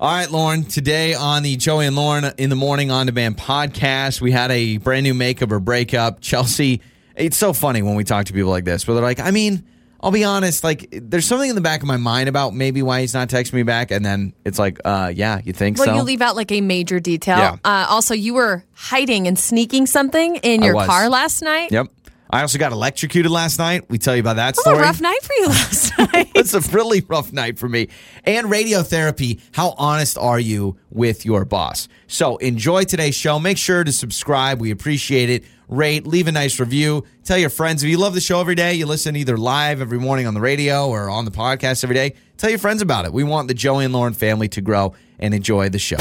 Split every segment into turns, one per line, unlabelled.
All right, Lauren. Today on the Joey and Lauren in the Morning on Demand podcast, we had a brand new makeup or breakup. Chelsea, it's so funny when we talk to people like this where they're like, I mean, I'll be honest, like, there's something in the back of my mind about maybe why he's not texting me back. And then it's like, uh, yeah, you think
Well,
so?
you leave out like a major detail.
Yeah.
Uh, also, you were hiding and sneaking something in
I
your
was.
car last night.
yep. I also got electrocuted last night. We tell you about that
It was
story.
a rough night for you last night.
it's a really rough night for me. And radiotherapy, how honest are you with your boss? So enjoy today's show. Make sure to subscribe. We appreciate it. Rate, leave a nice review. Tell your friends if you love the show every day, you listen either live every morning on the radio or on the podcast every day. Tell your friends about it. We want the Joey and Lauren family to grow and enjoy the show.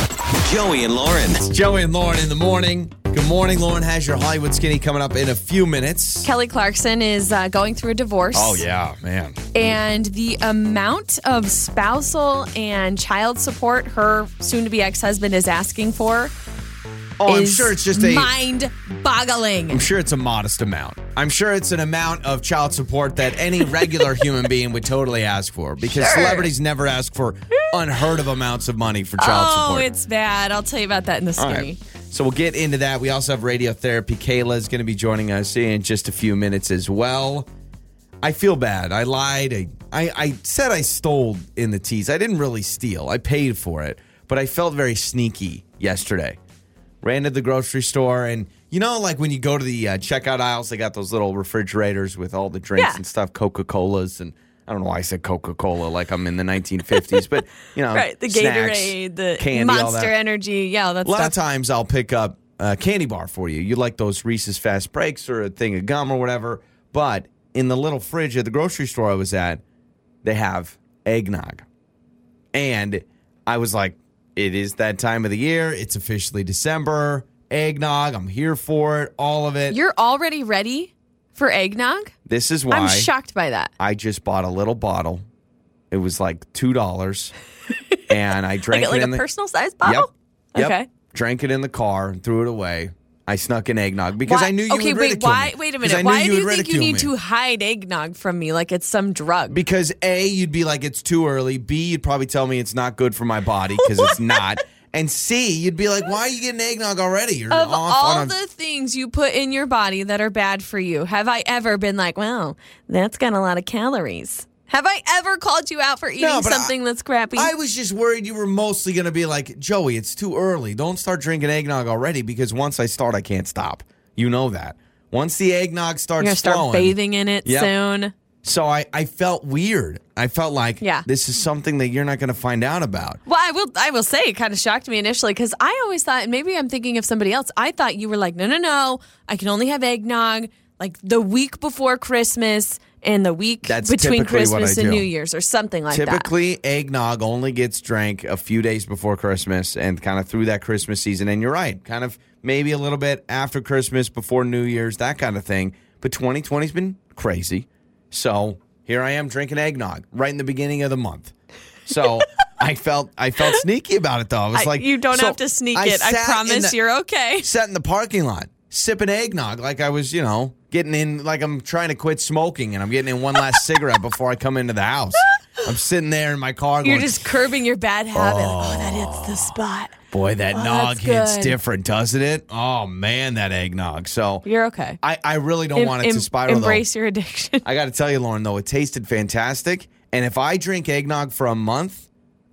Joey and Lauren.
Joey and Lauren in the morning. Good morning, Lauren has your Hollywood skinny coming up in a few minutes.
Kelly Clarkson is uh, going through a divorce.
Oh yeah, man.
And the amount of spousal and child support her soon to be ex husband is asking for
Oh, I'm
is
sure it's just a
mind boggling.
I'm sure it's a modest amount. I'm sure it's an amount of child support that any regular human being would totally ask for because celebrities never ask for unheard of amounts of money for child
Oh,
support.
it's bad. I'll tell you about that in the
All
skinny.
right. So we'll get into that. We also have radiotherapy. Kayla is going to be joining us in just a few minutes as well. I feel bad. I lied. I, I, I said I stole in the tease. I didn't really steal. I paid for it, but I felt very sneaky yesterday. Ran to the grocery store, and you know, like when you go to the uh, checkout aisles, they got those little refrigerators with all the drinks
Yeah.
and stuff, Coca Colas, and I don't know why I said Coca Cola like I'm in the 1950s, but you know,
Right, the
Um, snacks,
Gatorade, the
candy, all
Monster
that.
Energy, yeah, all that
A lot
stuff.
of times I'll pick up a candy bar for you. You like those Reese's Fast Breaks or a thing of gum or whatever. But in the little fridge at the grocery store I was at, they have eggnog. And I was like, it is that time of the year. It's officially December. Eggnog. I'm here for it. All of it.
You're already ready for eggnog?
this is why
I'm shocked by that.
I just bought a little bottle. It was like $2. and I
Like,
drank
like
it
a
in the
personal size bottle?
Yep.
Oh, Okay.
Drank it in the car and threw it away. I snuck in eggnog because
Why-
I knew you
okay,
would
wait,
ridicule
why?
me.
Wait a
'Cause I
minute.
knew
Why do you
would
think you
ridicule
need
me.
to hide eggnog from me like it's some drug?
Because A, you'd be like, it's too early. B, you'd probably tell me it's not good for my body because it's not. And C, you'd be like, why are you getting eggnog already? You're
of
off
all
on a.
the things you put in your body that are bad for you, have I ever been like, wow, that's got a lot of calories? Have I ever called you out for eating
but I-
something that's crappy?
I was just worried you were mostly going to be like, Joey, it's too early. Don't start drinking eggnog already because once I start, I can't stop. You know that. Once the eggnog starts
You're going to start
flowing-
bathing in it
Yep.
soon.
So I, I felt weird. I felt like
Yeah.
this is something that you're not going to find out about.
Well, I will. I will say, it kind of shocked me initially because I always thought, and maybe I'm thinking of somebody else. I thought you were like, no, no, no. I can only have eggnog like the week before Christmas and the week
That's
between
typically what
Christmas
I
and
do.
New Year's or something like that.
Typically, eggnog only gets drank a few days before Christmas and kind of through that Christmas season. And you're right, kind of maybe a little bit after Christmas, before New Year's, that kind of thing. But 2020's been crazy. So here I am drinking eggnog right in the beginning of the month. So I felt I felt sneaky about it though. I was
I-
like,
you don't
so
have to sneak it.
sat
I
in
promise
the-
you're okay.
sat in the parking lot sipping eggnog like I was, you know, getting in like I'm trying to quit smoking and I'm getting in one last cigarette before I come into the house. I'm sitting there in my car going,
You're just curbing your bad habit. Oh, like, oh that hits the spot.
boy, that
Oh,
nog
that's
hits
good.
different, doesn't it? Oh man, that eggnog. So
You're okay.
I, I really don't
Em-
want it
em-
to spiral though.
Embrace your addiction.
I got to tell you, Lauren, though, it tasted fantastic. And if I drink eggnog for a month,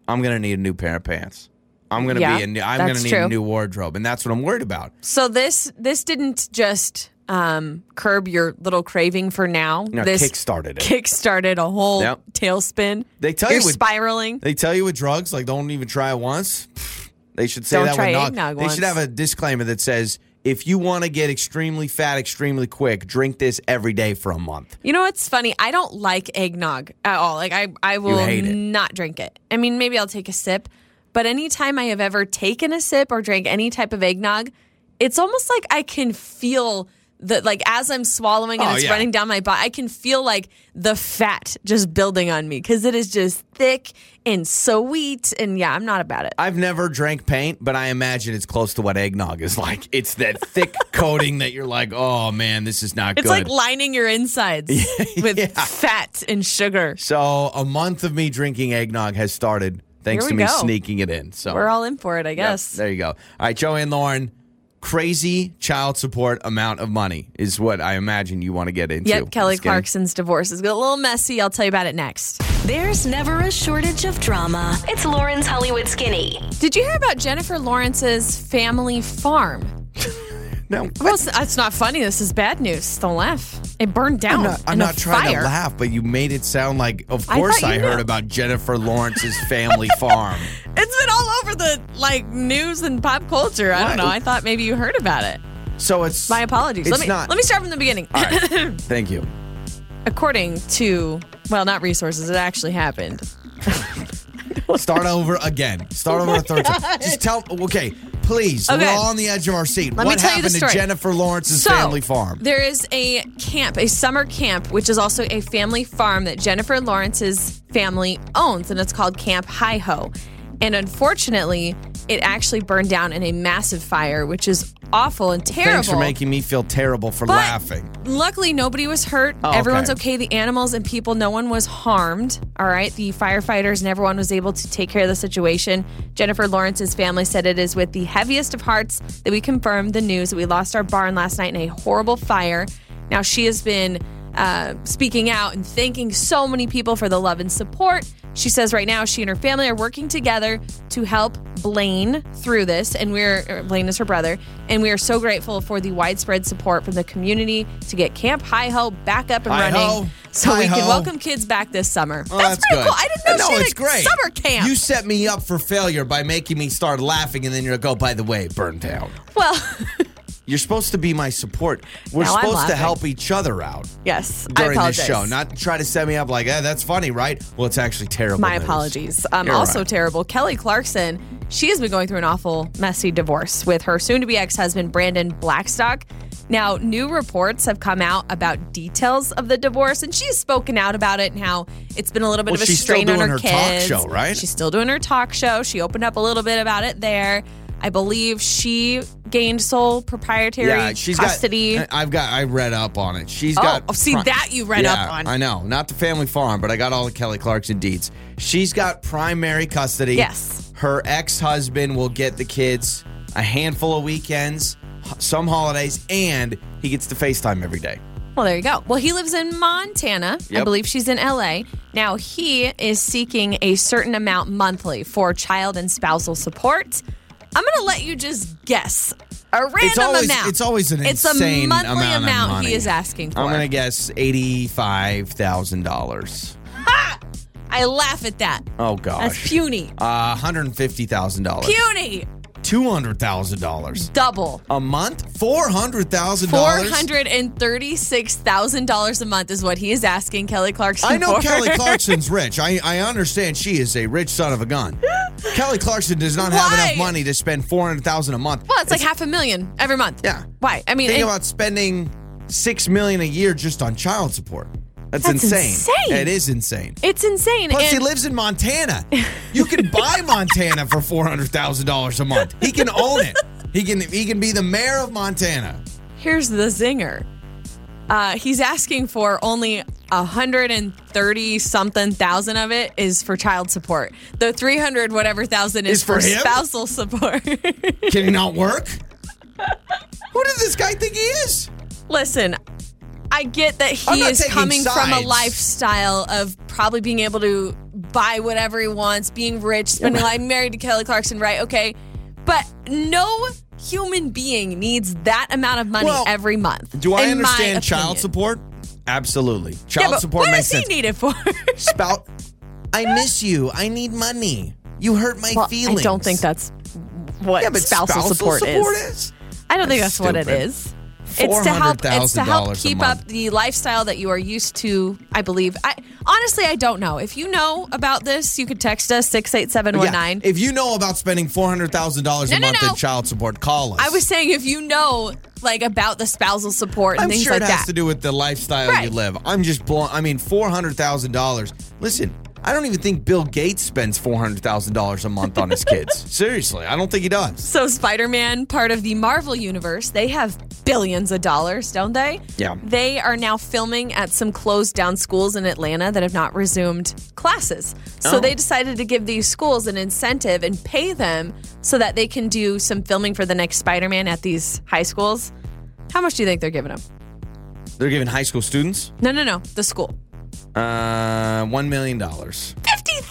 I'm going to need a new pair of pants. I'm going to
Yeah,
be a new, I'm going to
that's
need a
true.
new wardrobe. And that's what I'm worried about.
So this this didn't just um, curb your little craving for now.
You know,
this
kickstarted it.
kickstarted a whole
Yep.
tailspin.
They tell
You're
you with-
spiraling.
They tell you with drugs, like don't even try it once. Pfft, They should say
Don't
that
try
with nog.
eggnog
They should
once.
have a disclaimer that says if you want to get extremely fat extremely quick, drink this every day for a month.
You know what's funny? I don't like eggnog at all. Like I, I will
hate it.
not drink it. I mean, maybe I'll take a sip, but anytime I have ever taken a sip or drank any type of eggnog, it's almost like I can feel the like as I'm swallowing and
Oh,
it's
yeah.
running down my body, I can feel like the fat just building on me because it is just thick and sweet. And yeah, I'm not about it.
I've never drank paint, but I imagine it's close to what eggnog is like. It's that thick coating that you're like, oh man, this is not
It's
good.
like lining your insides with fat and sugar.
so a month of me drinking eggnog has started Thanks
Here
to
we
me
go.
sneaking it in. So
We're all in for it, I
Yep,
guess.
there you go. All right, Joanne Lauren, crazy child support amount of money is what I imagine you want to get into.
Yep, Kelly
Just kidding.
Clarkson's divorce is a little messy. I'll tell you about it next.
There's never a shortage of drama. It's Lauren's Hollywood Skinny.
Did you hear about Jennifer Lawrence's family farm?
No,
Well, it's, it's not funny. This is bad news. Don't laugh. It burned down.
I'm not, I'm
in a
not trying
fire.
to laugh, but you made it sound like, of
I
course,
thought
I,
you
heard
knew.
about Jennifer Lawrence's family farm.
It's been all over the like news and pop culture. I
Why?
don't know. I thought maybe you heard about it.
So it's
My apologies.
It's
let me
not-
let me start from the beginning.
All right, thank you.
According to well, not resources. It actually happened.
Start over again. Start over a third time. Just tell. Okay, please. We're
Oh Okay.
all on the edge of our seat.
Let me
what
tell you
happened
the
to
story.
Jennifer Lawrence's
So,
family farm?
There is a camp, a summer camp, which is also a family farm that Jennifer Lawrence's family owns, and it's called Camp Hi Ho. And unfortunately, it actually burned down in a massive fire, which is awful and terrible.
Thanks for making me feel terrible for
But
laughing.
Luckily, nobody was hurt.
Oh, okay.
Everyone's okay. The animals and people, no one was harmed. All right. The firefighters and everyone was able to take care of the situation. Jennifer Lawrence's family said it is with the heaviest of hearts that we confirmed the news that we lost our barn last night in a horrible fire. Now, she has been uh, speaking out and thanking so many people for the love and support. She says right now she and her family are working together to help Blaine through this, and we're er, Blaine is her brother, and we are so grateful for the widespread support from the community to get Camp Hi Ho back up and
Hi-ho.
running, so we
Hi-ho.
can welcome kids back this summer.
Well,
that's,
Oh,
pretty
good.
cool. I didn't know
no,
she had
it's
a
great.
summer camp.
You set me up for failure by making me start laughing, and then you're like, "Oh, by the way, it burned down."
well,
You're supposed to be my support. We're
Now I'm
supposed to
laughing.
help each other out
yes, I
during
apologize.
this show, not try to set me up like, eh, that's funny, right? Well, it's actually terrible.
My
news.
apologies. Um,
You're
also
right.
terrible. Kelly Clarkson, she has been going through an awful, messy divorce with her soon to be ex husband, Brandon Blackstock. Now, new reports have come out about details of the divorce, and she's spoken out about it and how it's been a little bit
Well,
of a
she's still
strain on
doing her
her
talk
kids.
show, right?
She's still doing her talk show. She opened up a little bit about it there. I believe she gained sole proprietary
Yeah, she's
custody.
got. I- I've got. I read up on it. She's
Oh,
got.
oh, see,
pri-
that you read up
Yeah,
on.
I know, not the family farm, but I got all the Kelly Clarkson deeds. She's got primary custody.
Yes.
Her ex-husband will get the kids a handful of weekends, h- some holidays, and he gets to FaceTime every day.
Well, there you go. Well, he lives in Montana.
Yep.
I believe she's in LA. Now, he is seeking a certain amount monthly for child and spousal support. I'm going to let you just guess a random
It's always
amount.
it's always an
It's
insane
a monthly
amount,
amount,
of money.
he is asking for.
I'm gonna guess eighty-five thousand dollars.
I laugh at that.
Oh gosh,
That's puny.
Uh, hundred fifty thousand dollars.
Puny.
Two hundred thousand dollars
Double.
a month. Four hundred thousand dollars.
$436,000 a month is what he is asking Kelly Clarkson
I know
for.
Kelly Clarkson's rich. I, I understand she is a rich son of a gun. Kelly Clarkson does not have
Why?
enough money to spend four hundred thousand a month.
Well, it's, like half a million every month.
Yeah.
Why? I mean,
Think
and-
about spending six million a year just on child support. That's,
That's
insane.
insane.
It is insane.
it's insane.
Plus,
and-
he lives in Montana. You can buy Montana for four hundred thousand dollars a month. He can own it. He can he can be the mayor of Montana.
Here's the zinger. Uh, he's asking for only 130 something thousand of it is for child support. The 300 whatever thousand is,
Is for him?
spousal support.
Can he not work? Who does this guy think he is?
Listen, I get that
I'm
he
not
is
taking
coming from a
sides.
lifestyle of probably being able to buy whatever he wants, being rich, spending life married to Kelly Clarkson, right? Okay. But no human being needs that amount of money
Well,
every month.
Do I
in my
understand child
opinion.
support? Absolutely.
Yeah,
Child
but
support
what
makes
does he
sense.
need it for?
Spout. I miss you. I need money. You hurt my
Well,
feelings.
I don't think that's what
yeah, but
spousal, support, is. I don't think that's what it
stupid.
is. It's to help. It's to help
$400,000 a
keep
month.
up the lifestyle that you are used to. I believe. I honestly, I don't know. If you know about this, you could text us six eight seven one nine.
If you know about spending four hundred thousand dollars a
No, no,
month
no.
in child support, call us.
I was saying if you know like about the spousal support and
I'm
things
sure
like
it has
that.
to do with the lifestyle you
Right.
live. I'm just blowing. I mean, four hundred thousand dollars. Listen, I don't even think Bill Gates spends four hundred thousand dollars a month on his kids. Seriously, I don't think he does.
So, Spider Man, part of the Marvel Universe, they have billions of dollars, don't they?
Yeah.
They are now filming at some closed down schools in Atlanta that have not resumed classes. So,
Oh.
they decided to give these schools an incentive and pay them so that they can do some filming for the next Spider Man at these high schools. How much do you think they're giving them?
They're giving high school students
No, no, no. The school.
uh, one million dollars.
$50,000.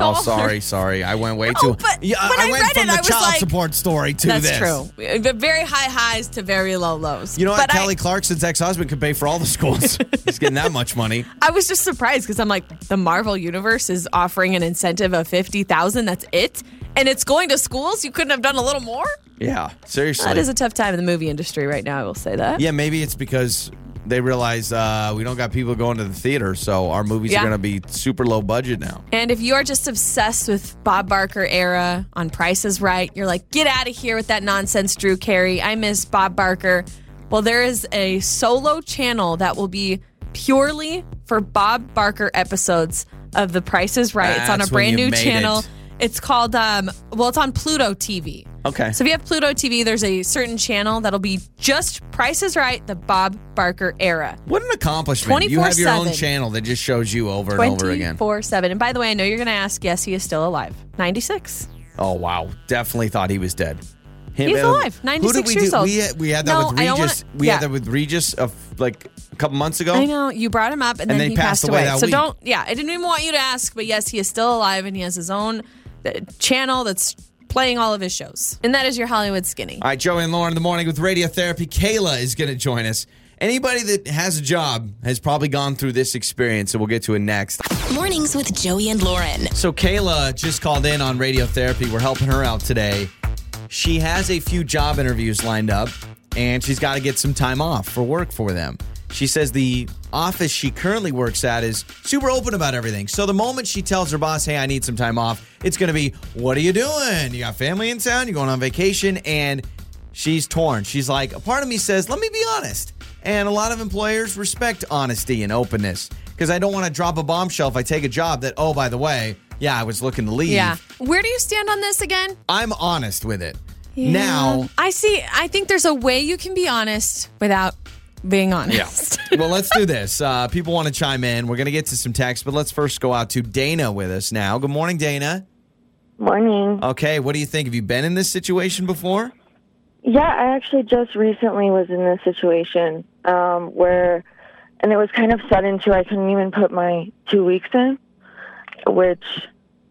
Oh, sorry, sorry, I went way
No,
too.
but
yeah,
when I
went
read
from
it,
the
I was
child
like,
support story to
That's
this.
true. But very high highs to very low lows.
You know what?
But I-
Kelly Clarkson's ex-husband could pay for all the schools. He's getting that much money.
I was just surprised because I'm like, the Marvel universe is offering an incentive of fifty thousand. That's it, and it's going to schools. You couldn't have done a little more.
Yeah, seriously.
That is a tough time in the movie industry right now. I will say that.
Yeah, maybe it's because they realize uh, we don't got people going to the theater, so our movies
Yeah.
are going to be super low budget now.
And if you are just obsessed with Bob Barker era on Price is Right, you're like, get out of here with that nonsense, Drew Carey. I miss Bob Barker. Well, there is a solo channel that will be purely for Bob Barker episodes of The Price is Right. it's on a
That's when
brand
you
new
made
channel.
it.
It's called, um, well, it's on Pluto TV.
Okay.
So if you have Pluto TV, there's a certain channel that'll be just Price is Right, the Bob Barker era.
What an accomplishment! You have your own
24/7.
channel that just shows you over and over again.
24 7. And by the way, I know you're going to ask, yes, he is still alive. 96.
Oh wow! Definitely thought he was dead. Him-
He's
uh,
alive,
Who did
96
we
years
do?
old.
We had, we had that
No,
with
I don't
Regis.
wanna-
we
yeah.
had that with Regis of like a couple months ago.
I know. You brought him up and, then,
then
he
passed
passed,
away
away.
that
so
week.
don't, yeah, I didn't even want you to ask, but yes, he is still alive and he has his own uh, channel that's playing all of his shows. And that is your Hollywood Skinny.
All right, Joey and Lauren in the morning with radiotherapy. Kayla is going to join us. Anybody that has a job has probably gone through this experience, and we'll get to it next.
Mornings with Joey and Lauren.
So Kayla just called in on radiotherapy. We're helping her out today. She has a few job interviews lined up and she's got to get some time off for work for them. She says the office she currently works at is super open about everything. So the moment she tells her boss, "Hey, I need some time off." It's going to be, "What are you doing? You got family in town? You're going on vacation?" And she's torn. She's like, "A part of me says, "Let me be honest." And a lot of employers respect honesty and openness because I don't want to drop a bombshell if I take a job that, "Oh, by the way, yeah, I was looking to leave."
Yeah. Where do you stand on this again?
I'm honest with it. Now,
I see. I think there's a way you can be honest without being honest.
well, let's do this. Uh, people want to chime in. We're going to get to some text, but let's first go out to Dana with us now. Good morning, Dana.
Morning.
Okay, what do you think? Have you been in this situation before?
Yeah, I actually just recently was in this situation um, where, and it was kind of sudden too. I couldn't even put my two weeks in, which,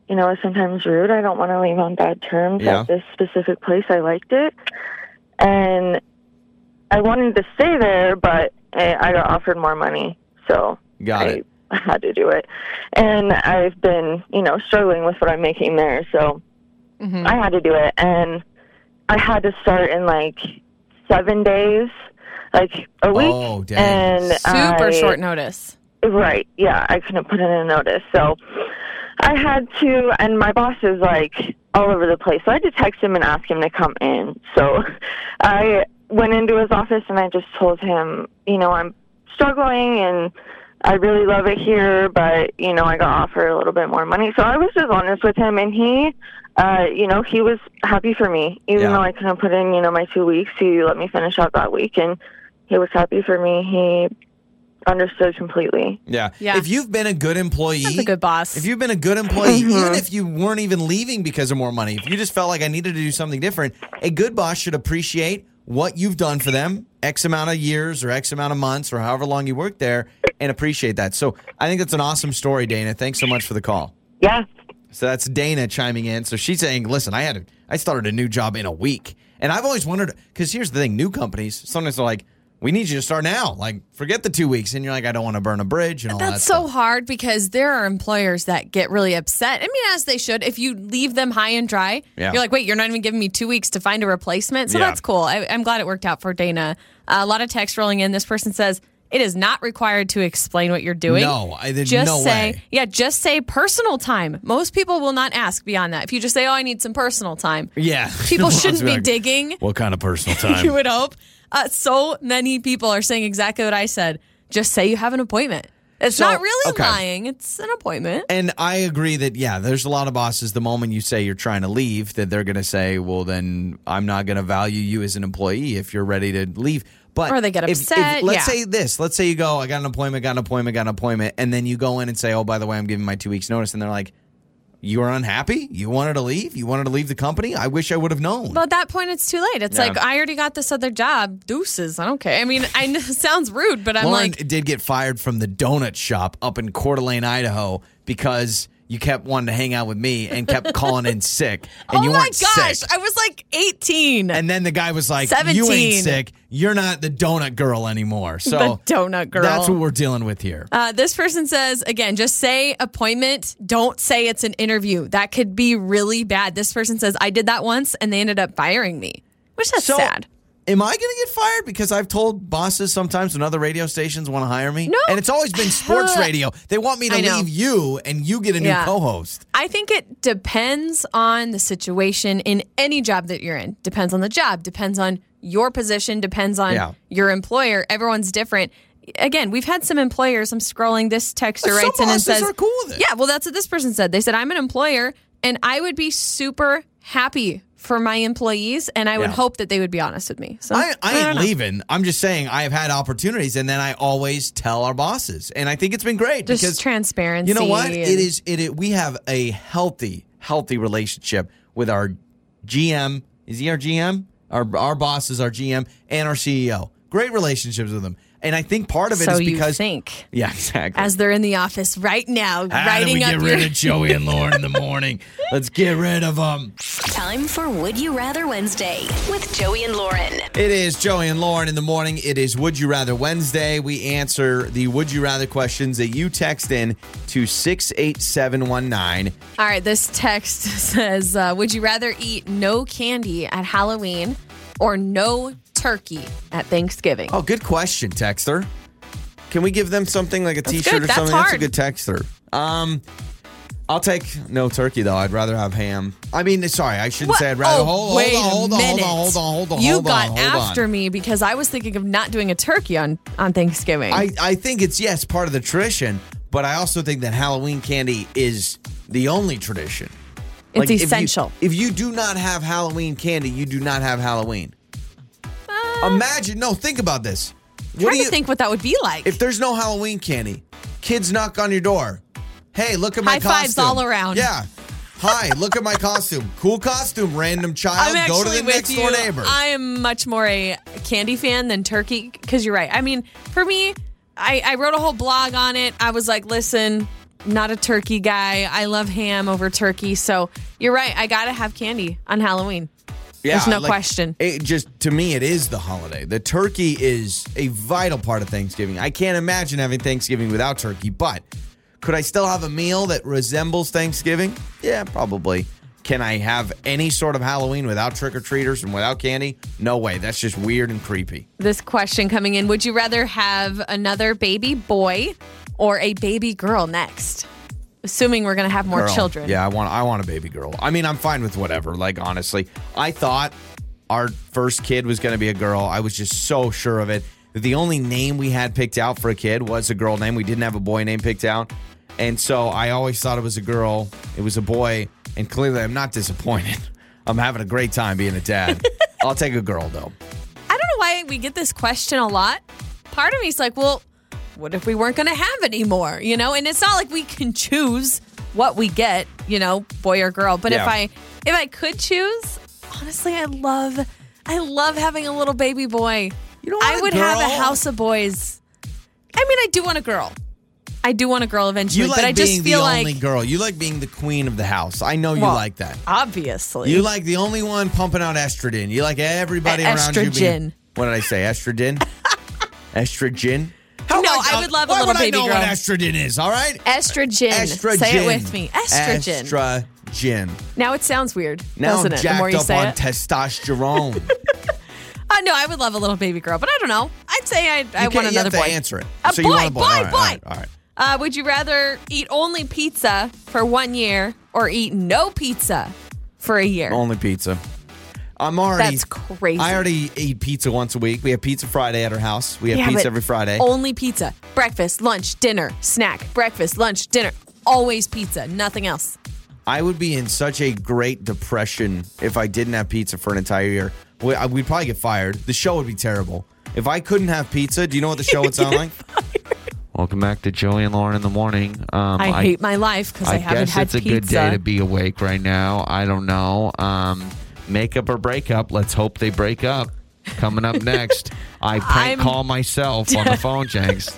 you know, is sometimes rude. I don't want to leave on bad terms
Yeah.
at this specific place. I liked it. And I wanted to stay there, but eh, I got offered more money. So
Got
I
it.
had to do it. And I've been, you know, struggling with what I'm making there. So I had to do it. And I had to start in like seven days, like a week.
Oh, dang.
And
Super
I-
short notice.
Right. Yeah, I couldn't put in a notice. So I had to, and my boss is like all over the place. So I had to text him and ask him to come in. So I went into his office and I just told him, you know, I'm struggling and I really love it here, but, you know, I got offered a little bit more money. So I was just honest with him and he, uh, you know, he was happy for me, even
Yeah.
though I couldn't put in, you know, my two weeks. He let me finish out that week and he was happy for me. He understood completely.
Yeah.
Yeah.
If you've been a good employee,
That's a good boss.
if you've been a good employee, even if you weren't even leaving because of more money, if you just felt like I needed to do something different, a good boss should appreciate what you've done for them X amount of years or X amount of months or however long you worked there and appreciate that. So I think that's an awesome story, Dana. Thanks so much for the call.
Yeah.
So that's Dana chiming in. So she's saying, "Listen, I had a, I started a new job in a week, and I've always wondered because here's the thing: new companies sometimes they're like, we need you to start now. Like, forget the two weeks, and you're like, I don't want to burn a bridge and all
That's
that.
so hard because there are employers that get really upset. I mean, as they should. If you leave them high and dry,
Yeah.
you're like, wait, you're not even giving me two weeks to find a replacement. So
Yeah.
that's cool. I, I'm glad it worked out for Dana. Uh, a lot of text rolling in. This person says, it is not required to explain what you're doing.
No, I- there's
just
no
say,
way.
yeah, just say personal time. Most people will not ask beyond that. If you just say, oh, I need some personal time,
Yeah,
people
Lots
shouldn't
of
be
like,
digging.
What kind of personal
you
time?
would hope. Uh, so many people are saying exactly what I said. Just say you have an appointment. It's
So-
not really
okay.
lying. It's an appointment.
And I agree that yeah, there's a lot of bosses. The moment you say you're trying to leave, that they're going to say, "Well, then I'm not going to value you as an employee if you're ready to leave." But
Or they get
if- if-
upset,
let's
yeah.
say this. Let's say you go, "I got an appointment, got an appointment, got an appointment," and then you go in and say, "Oh, by the way, I'm giving my two weeks notice," and they're like, "You are unhappy. You wanted to leave. You wanted to leave the company. I wish I would have known."
Well, at that point, it's too late. It's
Yeah.
like I already got this other job. Deuces. I don't care. I mean, I know, it sounds rude, but I'm
Lauren
like,
did get fired from the donut shop up in Coeur d'Alene, Idaho, because you kept wanting to hang out with me and kept calling in sick, and
oh
you
my
weren't
gosh,
sick.
I was like 18.
And then the guy was like, "You ain't
17.
sick. You're not the donut girl anymore." So
The donut girl.
oh, That's what we're dealing with here.
uh, this person says again, just say appointment. Don't say it's an interview. That could be really bad. This person says I did that once and they ended up firing me, which that's
so
sad.
Am I going to get fired because I've told bosses sometimes when other radio stations want to hire me?
No.
And it's always been sports radio. They want me to
I know.
leave you and you get a new
Yeah.
co-host.
I think it depends on the situation in any job that you're in. Depends on the job, depends on your position, depends on
Yeah.
your employer. Everyone's different. Again, we've had some employers. I'm scrolling this texter
Some
writes in and
bosses
says,
are cool with it.
"Yeah, well, that's what this person said. They said I'm an employer, and I would be super happy for my employees, and I would
Yeah.
hope that they would be honest with me." So
I, I
don't
ain't
know.
leaving. I'm just saying I have had opportunities, and then I always tell our bosses, and I think it's been great
Just
because
transparency.
You know what?
and-
It is. It, it. We have a healthy, healthy relationship with our GM. Is he our GM? Our our boss is our GM and our CEO. Great relationships with them, and I think part of it is
So you
because
think
yeah, exactly.
as they're in the office right
How
now,
do
writing
we
up
get
your
rid of Joey and Lauren in the morning? Let's get rid of them.
Time for Would You Rather Wednesday with Joey and Lauren.
It is Joey and Lauren in the morning. It is Would You Rather Wednesday. We answer the Would You Rather questions that you text in to 68719.
All right, this text says uh, Would you rather eat no candy at Halloween or no turkey at Thanksgiving?
Oh, good question, Texter. Can we give them something like a shirt
good.
or
That's
something? That's
hard.
a good texter. Um, I'll take no turkey though. I'd rather have ham. I mean, sorry, I shouldn't
What?
say I'd rather.
Oh,
hold,
wait a
hold, on, hold on,
minute.
hold on, hold on, hold on.
You
hold
got
on, hold
after
on.
me because I was thinking of not doing a turkey on, on Thanksgiving.
I, I think it's yes, part of the tradition, but I also think that Halloween candy is the only tradition.
it's
Like, if you-
essential.
If you, do not have Halloween candy, you do not have Halloween. Imagine, no, think about this.
I'm
do
Uh, trying
you-
to think what that would be like.
If there's no Halloween candy, kids knock on your door. Hey, look at my
High
costume.
fives all around.
Yeah. Hi, look at my costume. Cool costume, random child.
I'm
Go
actually
to the
with
next
you.
door neighbor.
I am much more a candy fan than turkey because you're right. I mean, for me, I, I wrote a whole blog on it. I was like, listen, not a turkey guy. I love ham over turkey. So you're right. I got to have candy on Halloween.
Yeah,
There's no question.
It just to me, it is the holiday. The turkey is a vital part of Thanksgiving. I can't imagine having Thanksgiving without turkey. But could I still have a meal that resembles Thanksgiving? Yeah, probably. Can I have any sort of Halloween without trick or treaters and without candy? No way. That's just weird and creepy.
This question coming in Would you rather have another baby boy or a baby girl next? Assuming we're going to have more
Girl.
children.
Yeah, I want. I want a baby girl. I mean, I'm fine with whatever. Like honestly, I thought our first kid was going to be a girl. I was just so sure of it. The only name we had picked out for a kid was a girl name. We didn't have a boy name picked out, and so I always thought it was a girl. It was a boy, and clearly, I'm not disappointed. I'm having a great time being a dad. I'll take a girl though.
I don't know why we get this question a lot. Part of me's like, well, what if we weren't going to have any more? You know, and it's not like we can choose what we get, you know, boy or girl. But
Yeah.
if I if I could choose, honestly, I love I love having a little baby boy.
You don't want
I
a
would have a
girl?
house of boys. I mean, I do want a girl. I do want a girl eventually,
You like
but I
being
just
the
feel like
only girl. You like being the queen of the house. I know you
Well,
like that.
obviously.
You like the only one pumping out estrogen. You like everybody
Uh,
around you. Being,
estrogen.
what did I say? Estrogen. estrogen. How
No,
am
I
dumb?
would love a
Why
little
would
baby
I know
girl.
what estrogen is? All right.
estrogen.
Estrogen.
Say it with me. Estrogen.
Estrogen.
now it sounds weird,
Now
doesn't
I'm
it?
jacked
The more you
up
say
on
it.
testosterone.
Uh, no, I would love a little baby girl, but I don't know. I'd say I, I
You can't-
want
you
another
have to
boy.
answer it.
A
So
boy,
you want a boy.
boy,
All right,
boy.
all right, all right.
Uh, would you rather eat only pizza for one year or eat no pizza for a year?
Only pizza. I'm already
That's crazy.
I already eat pizza once a week. We have pizza Friday at our house. We have
Yeah,
pizza
but
every Friday.
Only pizza. Breakfast, lunch, dinner, snack. Breakfast, lunch, dinner. Always pizza. Nothing else.
I would be in such a great depression if I didn't have pizza for an entire year. We- I- We'd probably get fired. The show would be terrible. If I couldn't have pizza, do you know what the show would sound like? Welcome back to Joey and Lauren in the morning. Um,
I, hate my life because I, haven't had pizza.
be awake right now. I don't know. Um, makeup or breakup? Let's hope they break up. Coming up next, I
prank I'm- call
myself on the phone, Jenks.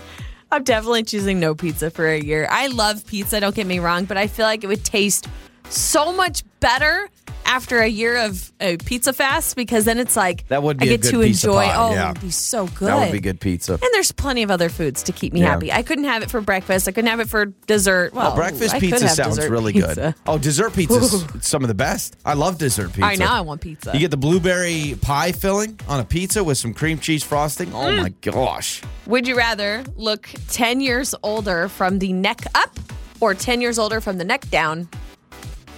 I'm definitely choosing no pizza for a year. I love pizza, don't get me wrong, but I feel like it would taste so much better after a year of a pizza fast because then it's like
That would be
I
a
get
good
to
pizza
enjoy.
pie,
oh,
yeah.
it would be so good.
That would be good pizza.
And there's plenty of other foods to keep me
Yeah.
happy. I couldn't have it for breakfast. I couldn't have it for dessert. Well,
Breakfast
Oh, I could
pizza
have
sounds
dessert
really good.
pizza.
Oh, dessert pizza's some of the best. I love dessert pizza.
All right, now I want pizza.
You get the blueberry pie filling on a pizza with some cream cheese frosting.
Mm.
Oh my gosh.
Would you rather look 10 years older from the neck up or 10 years older from the neck down?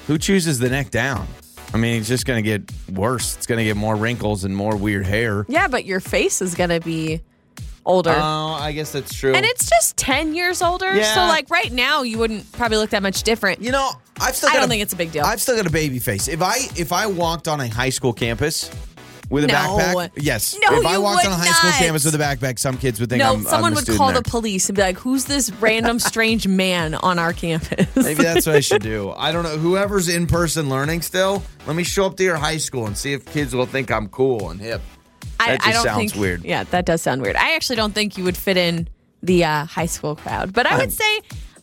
Who chooses the neck down? I mean, it's just going to get worse. It's going to get more wrinkles and more weird hair.
Yeah, but your face is going to be older.
Oh, I guess that's true.
and it's just 10 years older.
Yeah.
So, like, right now, you wouldn't probably look that much different.
You know, I've still.
I
got
don't think it's a big deal.
I've still got a baby face. If I if I walked on a high school campus with a
No.
backpack, yes.
No,
if I
you
walked
would
on a high school
not.
campus with a backpack, some kids would think
no,
I'm.
someone
I'm a
would
student
call
there.
the police and be like, who's this random strange man on our campus?
Maybe that's what I should do. I don't know. Whoever's in person learning still, let me show up to your high school and see if kids will think I'm cool and hip.
I,
That
I
just
don't
sounds
think,
weird.
Yeah, that does sound weird. I actually don't think you would fit in the uh, high school crowd, but I would say,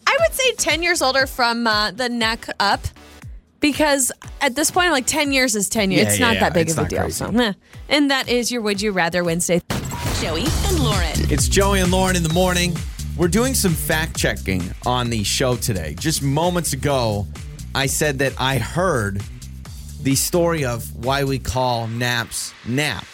I would say ten years older from uh, the neck up, because at this point, like ten years is ten years.
Yeah,
it's
yeah,
not
yeah.
that big
It's
of a
not
deal.
crazy.
So, meh. and that is your Would You Rather Wednesday.
Joey and Lauren.
It's Joey and Lauren in the morning. We're doing some fact checking on the show today. Just moments ago, I said that I heard the story of why we call naps nap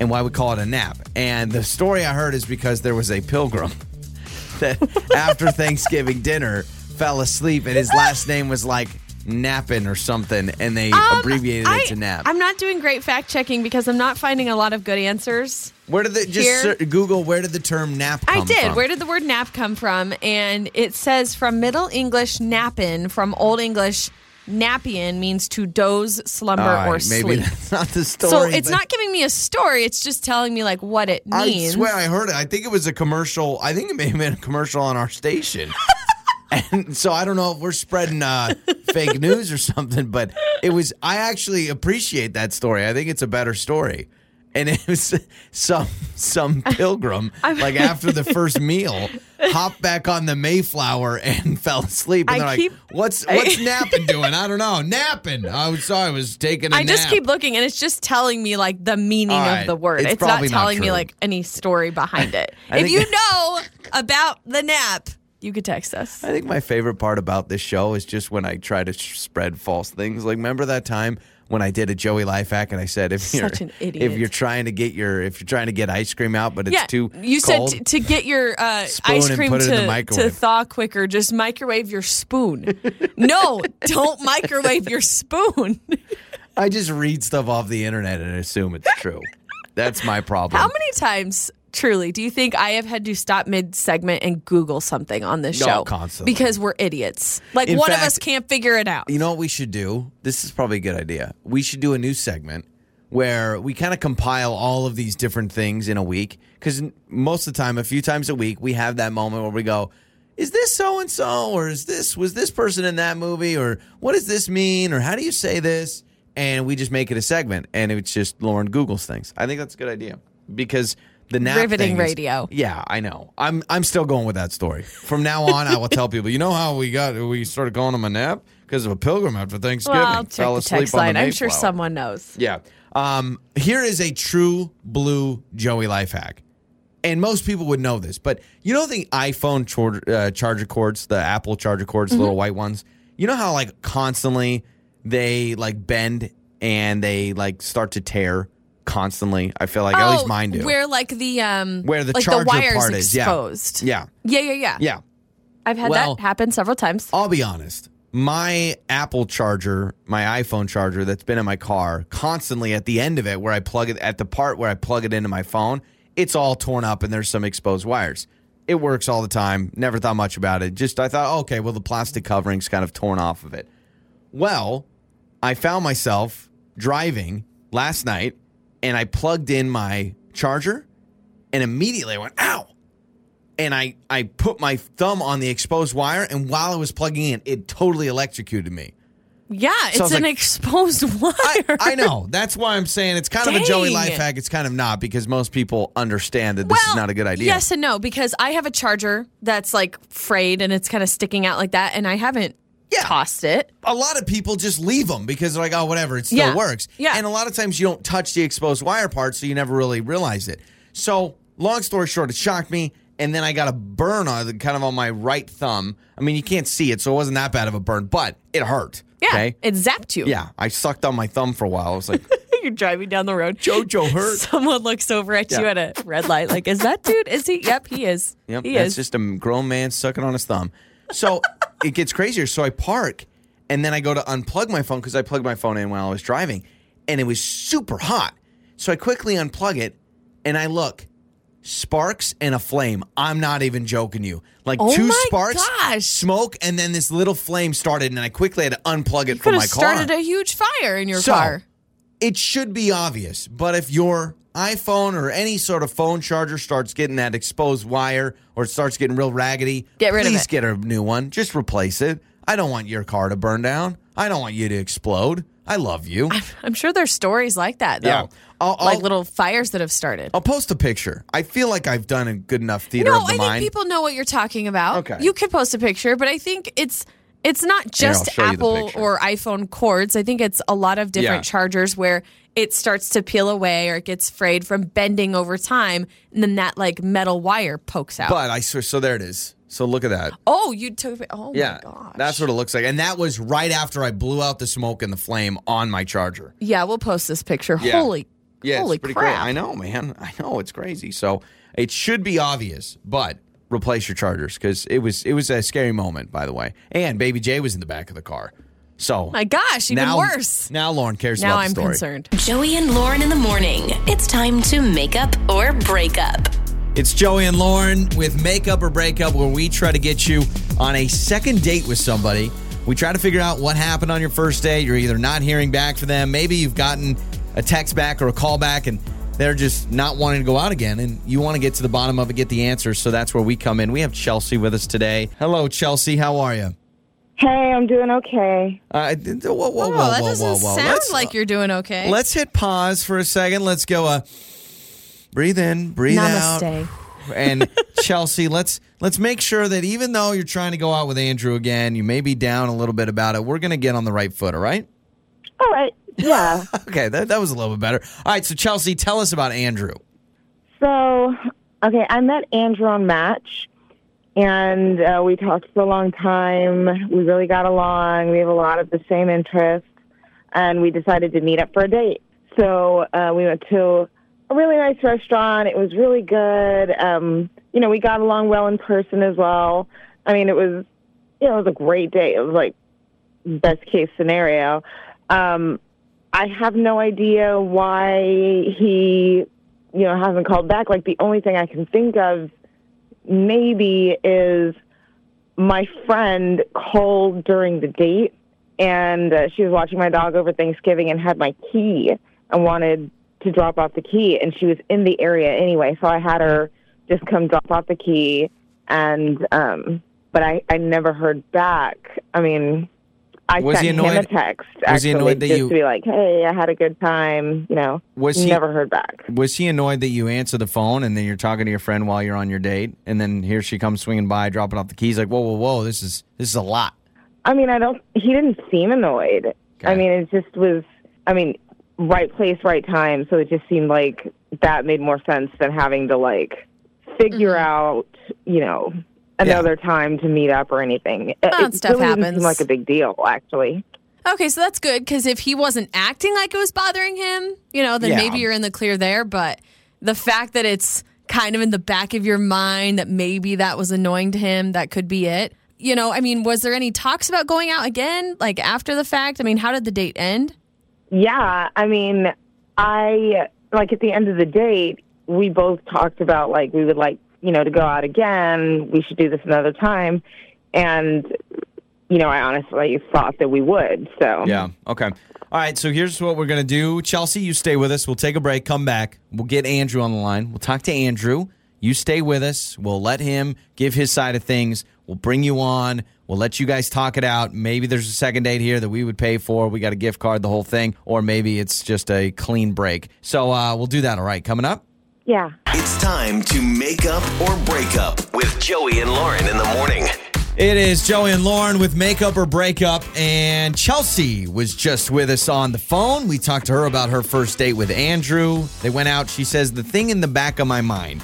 and why we call it a nap. And the story I heard is because there was a pilgrim that after Thanksgiving dinner fell asleep and his last name was like Nappin or something and they
Um,
abbreviated
I,
it to nap.
I'm not doing great fact checking because I'm not finding a lot of good answers.
where did the just
Here-
ser- Google where did the term nap come
I did.
from?
Where did the word nap come from? And it says from Middle English napin, from Old English napian means to doze, slumber,
All right,
or
maybe
sleep.
that's not the story.
So it's
but
not giving me a story. It's just telling me like what it
I
means.
swear I heard it. I think it was a commercial. I think it may have been a commercial on our station. and so I don't know if we're spreading uh, fake news or something, but it was. I actually appreciate that story. I think it's a better story. And it was some some pilgrim, like after the first meal, hopped back on the Mayflower and fell asleep. And
I
they're like,
keep-
"What's what's napping doing? I don't know. Napping. I was sorry, I was taking a
I just
nap."
keep looking, and it's just telling me like the meaning
All right.
of the word.
It's
It's, not
probably not
telling me
true.
like any story behind it.
I
if
think-
you know about the nap, you could text us.
I think my favorite part about this show is just when I try to sh- spread false things. Like, remember that time when I did a Joey Life hack and I said, if you're
Such an idiot.
if you're trying to get your if you're trying to get ice cream out, but it's
yeah,
too
you
cold,
said t- to get your uh,
Spoon
ice
and
cream
put it in the
to, to
microwave.
thaw quicker, just microwave your spoon. no, don't microwave your spoon.
I just read stuff off the internet and assume it's true. That's my problem.
How many times, truly, do you think I have had to stop mid segment and Google something on this
No,
show?
Oh, constantly.
Because we're idiots. Like,
In
one
fact-
of us can't figure it out.
You know what we should do? This is probably a good idea. We should do a new segment where we kind of compile all of these different things in a week. Because most of the time, a few times a week, we have that moment where we go, "Is this so and so, or is this was this person in that movie, or what does this mean, or how do you say this?" And we just make it a segment, and it's just Lauren Google's things. I think that's a good idea because the nap thing
Riveting
is-
radio.
yeah, I know. I'm I'm still going with that story. From now on, I will tell people. You know how we got we started calling him a nap because of a pilgrim after Thanksgiving
Well, I'll check
fell
the
asleep
text
on the
line. I'm sure
Mayflower.
someone knows.
Yeah. Um. Here is a true blue Joey life hack, and most people would know this, but you know the iPhone char- uh, charger cords, the Apple charger cords, the little
Mm-hmm.
white ones. You know how like constantly they like bend and they like start to tear constantly. I feel like at least mine do.
Oh, Where, like, the, um,
Where the
like
charger
the wires
part is, yeah.
exposed.
yeah.
Yeah. yeah, yeah,
Yeah.
I've had
Well- oh.
that happen several times.
I'll be honest. my Apple charger, my iPhone charger that's been in my car, constantly at the end of it where I plug it at the part where I plug it into my phone, it's all torn up and there's some exposed wires. It works all the time. Never thought much about it. Just I thought, okay, well the plastic covering's kind of torn off of it. Well, I found myself driving last night and I plugged in my charger and immediately I went, ow. And I, I put my thumb on the exposed wire and while I was plugging in, it totally electrocuted me.
Yeah, it's
Sounds
an
like-
exposed wire.
I, I know. That's why I'm saying it's kind of a Joey
Dang.
life hack. It's kind of not because most people understand that this is not a good idea.
Yes and no, because I have a charger that's like frayed and it's kind of sticking out like that, and I haven't
Yeah.
tossed it.
a lot of people just leave them because they're like, oh, whatever, it still
Yeah.
works.
Yeah.
And a lot of times you don't touch the exposed wire part, so you never really realize it. So, long story short, it shocked me. And then I got a burn on the kind of on my right thumb. I mean, you can't see it, so it wasn't that bad of a burn, but it hurt.
Yeah,
Okay.
it zapped you.
Yeah. I sucked on my thumb for a while. I was like,
You're driving down the road.
Jojo hurt.
Someone looks over at you
Yeah.
at a red light, like, is that dude? Is he? Yep, he is.
Yep,
he
that's
is.
just a grown man sucking on his thumb. So it gets crazier. So I park and then I go to unplug my phone because I plugged my phone in while I was driving and it was super hot. So I quickly unplug it and I look sparks and a flame. I'm not even joking you. Like
Oh
two
my
sparks,
gosh.
smoke, and then this little flame started and I quickly had to unplug it
you
from
could
my
have
car.
started a huge fire in your
So-
car.
it should be obvious, but if your iPhone or any sort of phone charger starts getting that exposed wire or it starts getting real raggedy,
Get rid of
please
it.
get a new one. Just replace it. I don't want your car to burn down. I don't want you to explode. I love you.
I'm sure there's stories like that though,
Yeah. I'll- I'll-
like little fires that have started.
I'll post a picture. I feel like I've done a good enough theater
No,
of the
I
mind.
think people know what you're talking about.
Okay.
You could post a picture, but I think it's it's not
Here, I'll
just
show you the
Apple
picture.
or iPhone cords. I think it's a lot of different
Yeah.
chargers where it starts to peel away or it gets frayed from bending over time, and then that like metal wire pokes out.
but I swear, so there it is. So look at that.
oh, you took it. Oh
yeah,
my gosh.
that's what it looks like. And that was right after I blew out the smoke and the flame on my charger.
yeah, we'll post this picture.
Yeah.
Holy,
Yeah,
holy
it's pretty
crap!
Crazy. I know, man. I know it's crazy. So it should be obvious, but replace your chargers because it was it was a scary moment, by the way. And Baby J was in the back of the car. So
My gosh, even
now,
worse.
Now Lauren cares
Now
about
I'm
the story.
concerned.
Joey and Lauren in the morning. It's time to make up or break up.
It's Joey and Lauren with Makeup or Breakup, where we try to get you on a second date with somebody. We try to figure out what happened on your first date. You're either not hearing back from them, maybe you've gotten a text back or a call back, and they're just not wanting to go out again. And you want to get to the bottom of it, get the answer. So that's where we come in. We have Chelsea with us today. Hello, Chelsea. How are you?
Hey, I'm doing okay.
Uh, th- whoa, whoa, whoa,
Oh,
whoa,
that
whoa,
doesn't
whoa.
sound
Let's-
like you're doing okay.
Let's hit pause for a second. Let's go. Uh, breathe in, breathe out.
Namaste.
and Chelsea, let's let's make sure that even though you're trying to go out with Andrew again, you may be down a little bit about it. We're gonna get on the right foot, all right?
All right. Yeah.
Okay, that, that was a little bit better. All right, so Chelsea, tell us about Andrew.
So, okay, I met Andrew on Match, and uh, we talked for a long time. We really got along. We have a lot of the same interests, and we decided to meet up for a date. So uh, we went to a really nice restaurant. It was really good. Um, you know, we got along well in person as well. I mean, it was, you know, it was a great date. It was like best case scenario. Um, I have no idea why he you know, hasn't called back. Like the only thing I can think of maybe is my friend called during the date and uh, she was watching my dog over Thanksgiving and had my key and wanted to drop off the key and she was in the area anyway. So I had her just come drop off the key and, um, but I, I never heard back. I mean, I
Was he
sent him a
annoyed-
text actually
was he annoyed that
just
you-
to be like, hey, I had a good time. You know,
Was he
never heard back.
was he annoyed that you answer the phone and then you're talking to your friend while you're on your date, and then here she comes swinging by, dropping off the keys, like whoa, whoa, whoa, this is this is a lot.
I mean, I don't. He didn't seem annoyed.
Okay.
I mean, it just was. I mean, right place, right time. So it just seemed like that made more sense than having to like figure
Mm-hmm.
out, you know, another time to meet up or anything. It-
Oh,
it
stuff
really didn't
happens.
seem like a big deal, actually.
Okay, so that's good because if he wasn't acting like it was bothering him, you know, then
Yeah.
maybe you're in the clear there. But the fact that it's kind of in the back of your mind that maybe that was annoying to him, that could be it. you know, I mean, was there any talks about going out again, like after the fact? I mean, how did the date end?
Yeah, I mean, I like at the end of the date, we both talked about like we would like you know to go out again. We should do this another time, and you know, I honestly thought that we would. So
Yeah. Okay. All right. So here's what we're going to do. Chelsea, you stay with us. We'll take a break, come back. We'll get Andrew on the line. We'll talk to Andrew. You stay with us. We'll let him give his side of things. We'll bring you on. We'll let you guys talk it out. Maybe there's a second date here that we would pay for. We got a gift card, the whole thing, or maybe it's just a clean break. So uh, we'll do that. All right. Coming up.
yeah.
It's time to make up or break up with Joey and Lauren in the morning.
It is Joey and Lauren with Makeup or Breakup, and Chelsea was just with us on the phone. We talked to her about her first date with Andrew. They went out. She says, The thing in the back of my mind,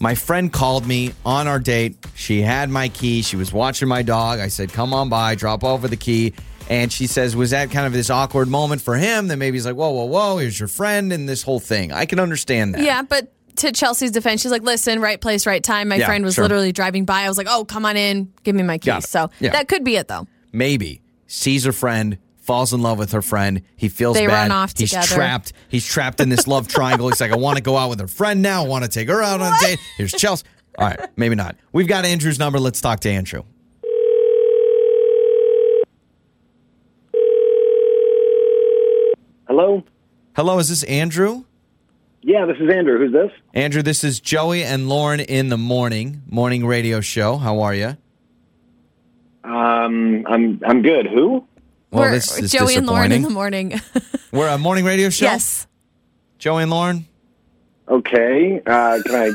my friend called me on our date. She had my key. She was watching my dog. I said, Come on by, drop over the key. And she says, Was that kind of this awkward moment for him? Then maybe he's like, Whoa, whoa, whoa, here's your friend, and this whole thing. I can understand that.
Yeah, but to Chelsea's defense, she's like, listen, right place, right time. My
Yeah,
friend was
sure.
literally driving by. I was like, oh, come on in, give me my
Got
keys.
it.
So
Yeah.
that could be it, though.
maybe sees her friend falls in love with her friend he feels
They
bad
run off
he's
together.
trapped he's trapped in this love triangle he's like i want to go out with her friend now i want to take her out on a date here's chelsea all right maybe not we've got andrew's number let's talk to andrew
Hello?
hello is this andrew
Yeah, this is Andrew. Who's this?
andrew this is joey and lauren in the morning morning radio show how are you
Um, I'm I'm good. Who?
well
We're
this is
Joey and Lauren in the
disappointing
morning.
we're a morning radio show
yes.
joey and lauren
Okay. Uh, can I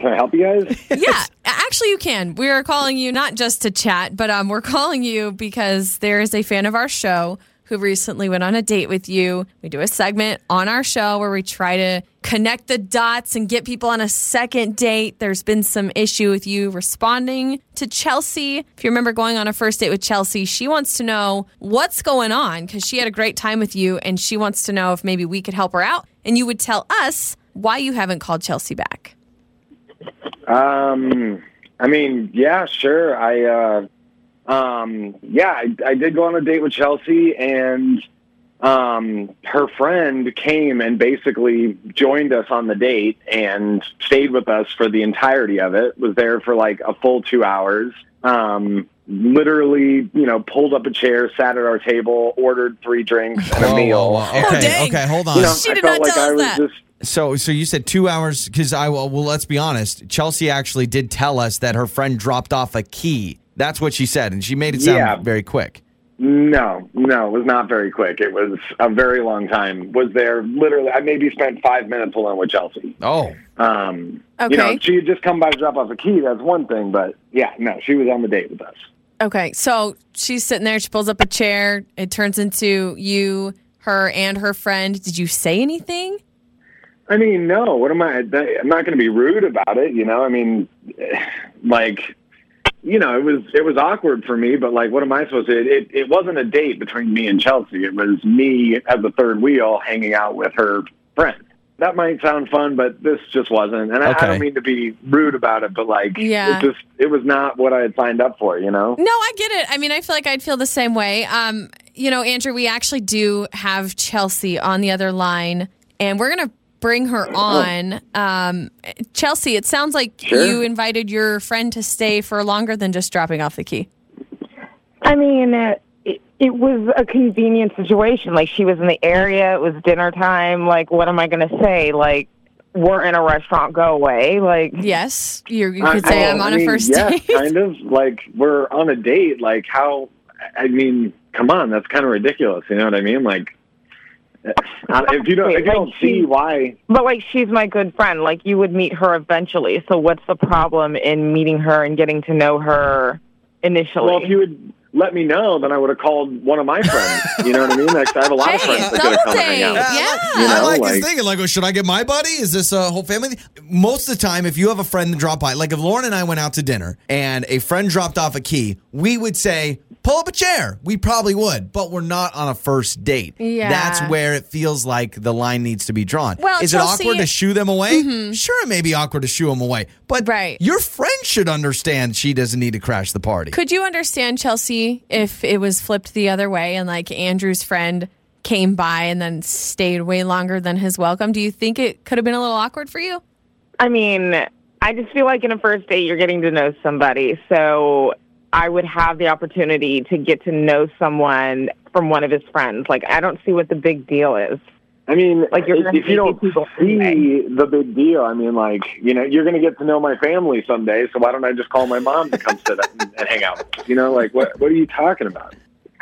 can I help you guys?
Yeah. Actually, you can. We are calling you not just to chat, but um, we're calling you because there is a fan of our show who recently went on a date with you. We do a segment on our show where we try to connect the dots and get people on a second date. There's been some issue with you responding to Chelsea. If you remember going on a first date with Chelsea, she wants to know what's going on because she had a great time with you and she wants to know if maybe we could help her out and you would tell us why you haven't called Chelsea back.
Um, I mean, yeah, sure. I uh, um, yeah, I, I did go on a date with Chelsea, and um, her friend came and basically joined us on the date and stayed with us for the entirety of it. Was there for like a full two hours. Um, literally, you know, pulled up a chair, sat at our table, ordered three drinks and a
Whoa,
meal.
whoa, whoa.
And,
okay
Oh, dang.
okay hold on
you know,
She
I
did
felt
not
like
tell
I
us
was
that.
just
So, so you said two hours because I well, well, let's be honest. Chelsea actually did tell us that her friend dropped off a key. That's what she said, and she made it sound
Yeah.
very quick.
No, no, it was not very quick. It was a very long time. Was there literally? I maybe spent five minutes alone with Chelsea.
Oh,
Um,
Okay.
You know, she had just come by to drop off a key. That's one thing, but yeah, no, she was on the date with us.
Okay, so she's sitting there. She pulls up a chair. It turns into you, her, and her friend. Did you say anything?
I mean, no, what am I? I'm not going to be rude about it. You know, I mean, like, you know, it was it was awkward for me, but like, what am I supposed to? It it wasn't a date between me and Chelsea. It was me as the third wheel hanging out with her friend. That might sound fun, but this just wasn't. And I, I
Okay.
don't mean to be rude about it, but like,
Yeah.
it just it was not what I had signed up for. You know.
No, I get it. I mean, I feel like I'd feel the same way. Um, you know, Andrew, we actually do have Chelsea on the other line, and we're gonna bring her
Oh.
on. Um, Chelsea, it sounds like
Sure.
you invited your friend to stay for longer than just dropping off the key.
I mean, uh, it, it was a convenient situation. Like, she was in the area, it was dinner time. Like, what am I going to say? Like, we're in a restaurant, go away. Like,
Yes, you, you
I-
could say
I-
I'm on
I
a
mean,
first
yes,
date.
kind of like we're on a date. Like how? I mean, come on, that's kind of ridiculous. You know what I mean? Like, uh, I- if you don't, if you don't see why,
but like, she's my good friend. Like, you would meet her eventually. So, what's the problem in meeting her and getting to know her initially?
well, if you would let me know, then I would have called one of my friends. You know what I mean? Like, I have a lot of
Hey,
friends that could have come and hang
double
out.
date. Yeah.
I like, I
You know,
like
like-
this thing. Like, oh, should I get my buddy? Is this a whole family? Most of the time, if you have a friend that drop by, like if Lauren and I went out to dinner and a friend dropped off a key, we would say, pull up a chair. We probably would, but we're not on a first date.
Yeah.
That's where it feels like the line needs to be drawn.
Well,
Is
Chelsea- Mm-hmm.
it awkward to shoo them away? Sure, it may be awkward to shoo them away, but
Right.
your friend should understand she doesn't need to crash the party.
Could you understand Chelsea if it was flipped the other way and like Andrew's friend came by and then stayed way longer than his welcome? Do you think it could have been a little awkward for you?
I mean, I just feel like in a first date, you're getting to know somebody. So I would have the opportunity to get to know someone from one of his friends. Like, I don't see what the big deal is.
I mean,
Like,
like
you're
if,
gonna
if you don't
make people
see the big deal, I mean, like you know, you're going to get to know my family someday. So why don't I just call my mom to come sit and, and hang out? You know, like what what are you talking about?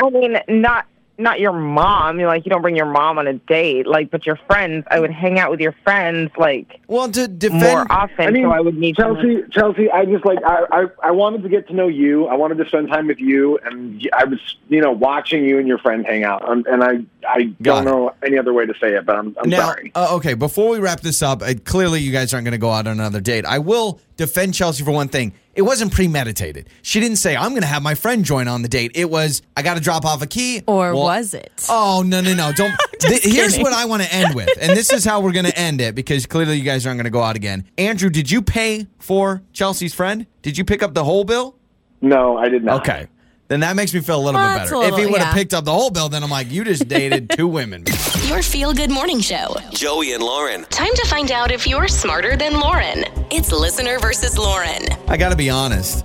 I mean, not not your mom. You're like, you don't bring your mom on a date. Like, but your friends. I would hang out with your friends like
well, to defend
more often.
I mean,
so I would need someone-
Chelsea. Chelsea, I just like I, I I wanted to get to know you. I wanted to spend time with you, and I was you know watching you and your friend hang out. Um, and I I
Got
don't know any other way to say it, but I'm I'm
now,
sorry.
uh, okay, before we wrap this up, uh, clearly you guys aren't going to go out on another date. I will defend Chelsea for one thing. It wasn't premeditated. She didn't say, I'm going to have my friend join on the date. It was, I got to drop off a key.
Or
Well,
was it?
Oh, no, no, no. Don't. Th- here's
kidding.
what I want to end with. And this is how we're going to end it because clearly you guys aren't going to go out again. Andrew, did you pay for Chelsea's friend? Did you pick up the whole bill?
No, I did not.
Okay. Then that makes me feel a little
Well,
bit
that's
better.
a
if he
little-
would have
yeah.
picked up the whole bill, then I'm like, you just dated two women.
Your Feel Good Morning Show.
Joey and Lauren.
Time to find out if you're smarter than Lauren. It's listener versus Lauren.
I got to be honest.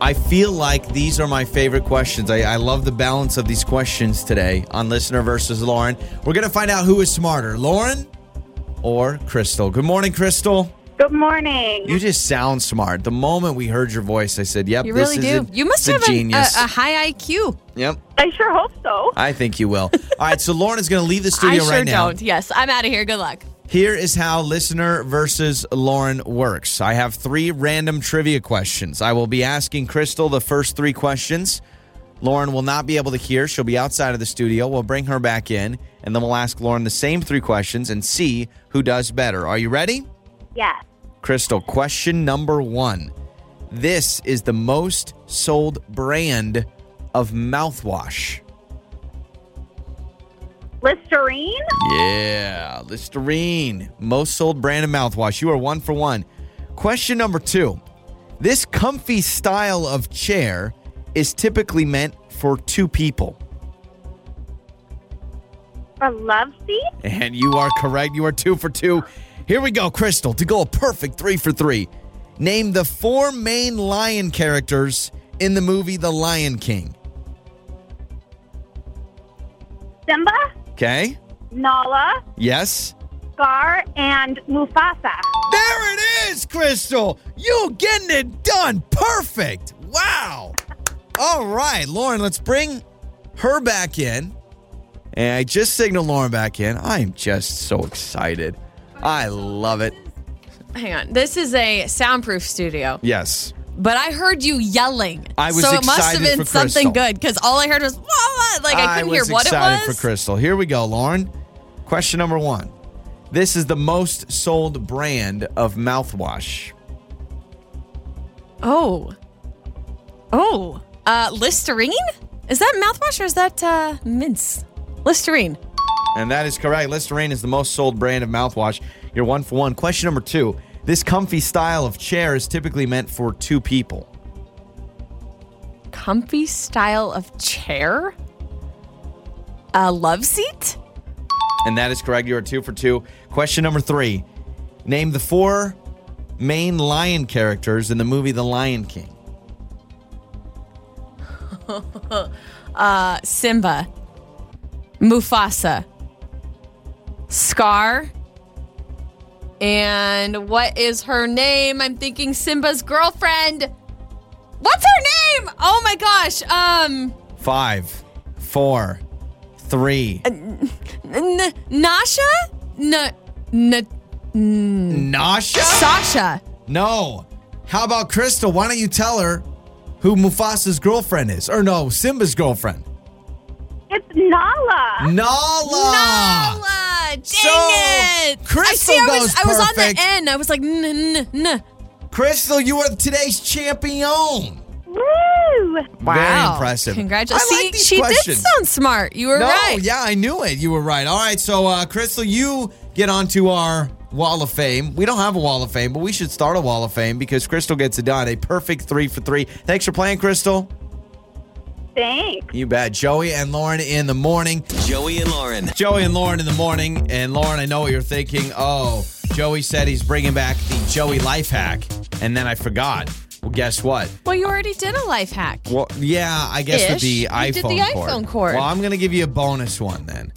I feel like these are my favorite questions. I, I love the balance of these questions today on Listener versus Lauren. We're going to find out who is smarter, Lauren or Crystal. Good morning, Crystal.
Good morning.
You just sound smart. The moment we heard your voice, I said, "Yep,
you
this
really
is
do.
A,
you
it's
must
a
have an- a, a
genius."
high IQ.
yep,
I sure hope so.
I think you will. All right, so Lauren is going to leave the
I
studio
sure
right now.
don't. Yes, I'm out of here. Good luck.
Here is how listener versus Lauren works. I have three random trivia questions. I will be asking Crystal the first three questions. Lauren will not be able to hear. She'll be outside of the studio. We'll bring her back in, and then we'll ask Lauren the same three questions and see who does better. Are you ready?
Yes.
Crystal, question number one. This is the most sold brand of mouthwash.
Listerine?
Yeah, Listerine, most sold brand of mouthwash. You are one for one. Question number two. This comfy style of chair is typically meant for two people.
A love seat?
And you are correct. You are two for two. Here we go, Crystal, to go a perfect three for three. Name the four main lion characters in the movie The Lion King.
Simba?
Okay?
Nala?
Yes?
Scar? And Mufasa.
There it is, Crystal. You getting it done. Perfect. Wow. All right, Lauren, let's bring her back in. And I just signaled Lauren back in. I am just so excited. I love it.
Hang on. This is a soundproof studio,
Yes.
but I heard you yelling.
I was
so it must have
excited
been
for
something
Crystal.
good because all I heard was wah, wah. like I couldn't
was
hear what it
excited
was.
for Crystal. Here we go, Lauren. Question number one. This is the most sold brand of mouthwash.
Oh. Oh. Uh, Listerine? Is that mouthwash or is that uh, mince? Listerine.
And that is correct. Listerine is the most sold brand of mouthwash. You're one for one. Question number two. This comfy style of chair is typically meant for two people.
Comfy style of chair? A love seat?
And that is correct. You are two for two. Question number three. Name the four main lion characters in the movie The Lion King.
Uh, Simba. Mufasa. Scar. And what is her name? I'm thinking Simba's girlfriend. What's her name? Oh my gosh. Um,
Five, four, three.
N- Nasha? N- N-
Nasha?
Sasha.
No. How about Crystal? Why don't you tell her who Mufasa's girlfriend is? Or no, Simba's girlfriend.
It's Nala.
Nala.
Nala. Dang
So,
it. I
Crystal
see. I was,
goes
I was on the
perfect.
N. I was like, n n n.
Crystal, you are today's champion.
Woo! Woo!
Very impressive.
Congratulations.
I like
See,
these
she
questions.
did sound smart. You were
No,
right.
yeah, I knew it. You were right. All right, so uh, Crystal, you get onto our wall of fame. We don't have a wall of fame, but we should start a wall of fame because Crystal gets it done. A perfect three for three. Thanks for playing, Crystal.
Thanks.
You bet. Joey and Lauren in the morning.
Joey and Lauren.
Joey and Lauren in the morning. And Lauren, I know what you're thinking. Oh, Joey said he's bringing back the Joey life hack, and then I forgot. Well, guess what?
Well, you already did a life hack.
Well, yeah, I guess with
Ish.
the
You
iPhone
did the iPhone cord.
Well, I'm going to give you a bonus one then.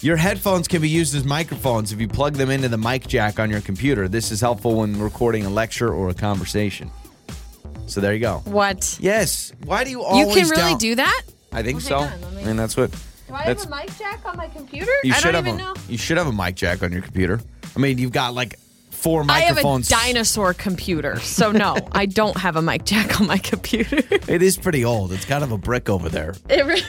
Your headphones can be used as microphones if you plug them into the mic jack on your computer. This is helpful when recording a lecture or a conversation. So there you go.
What?
Yes. Why do you always?
you can really
down-
do that?
I think
Well,
so.
hang on, let me-
I mean, that's what.
Do I
that's,
have a mic jack on my computer?
you
I
should have
don't even
a,
know.
You should have a mic jack on your computer. I mean, you've got like four
I have a
microphones.
dinosaur computer, so no, I don't have a mic jack on my computer.
It is pretty old. It's kind of a brick over there,
It, re-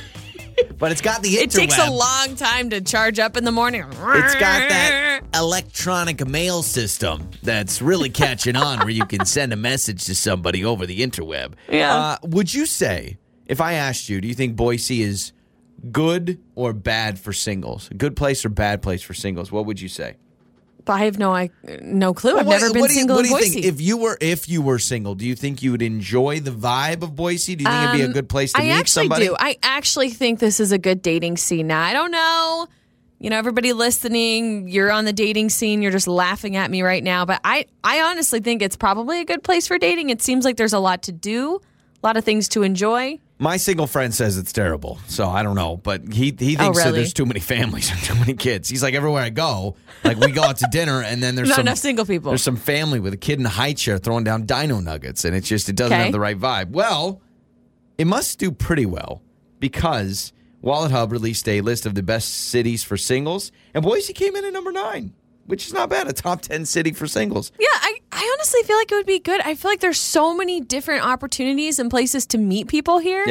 but it's got the.
it takes a
interweb.
long time to charge up in the morning.
It's got that electronic mail system that's really catching on where you can send a message to somebody over the interweb.
Yeah.
Uh, would you say, if I asked you, do you think Boise is good or bad for singles? Good place or bad place for singles? What would you say?
But I have no, I, no clue. I've
What-
never been
what do you-
single
what
in
do you
Boise.
Think? If you were if you were single, do you think you would enjoy the vibe of Boise? Do you think it'd be a good place to
Um, I
meet
actually
somebody?
do. I actually think this is a good dating scene. Now, I don't know. You know, everybody listening, you're on the dating scene. You're just laughing at me right now. But I, I honestly think it's probably a good place for dating. It seems like there's a lot to do, a lot of things to enjoy.
My single friend says it's terrible, so I don't know. But he he thinks that
Oh, really?
there's too many families and too many kids. He's like everywhere I go, like we go out to dinner, and then there's
Not
some,
enough single people.
There's some family with a kid in a high chair throwing down dino nuggets, and it's just it doesn't
Okay.
have the right vibe. Well, it must do pretty well because Wallet Hub released a list of the best cities for singles, and Boise came in at number nine, which is not bad—a top ten city for singles.
Yeah, I, I honestly feel like it would be good. I feel like there's so many different opportunities and places to meet people here.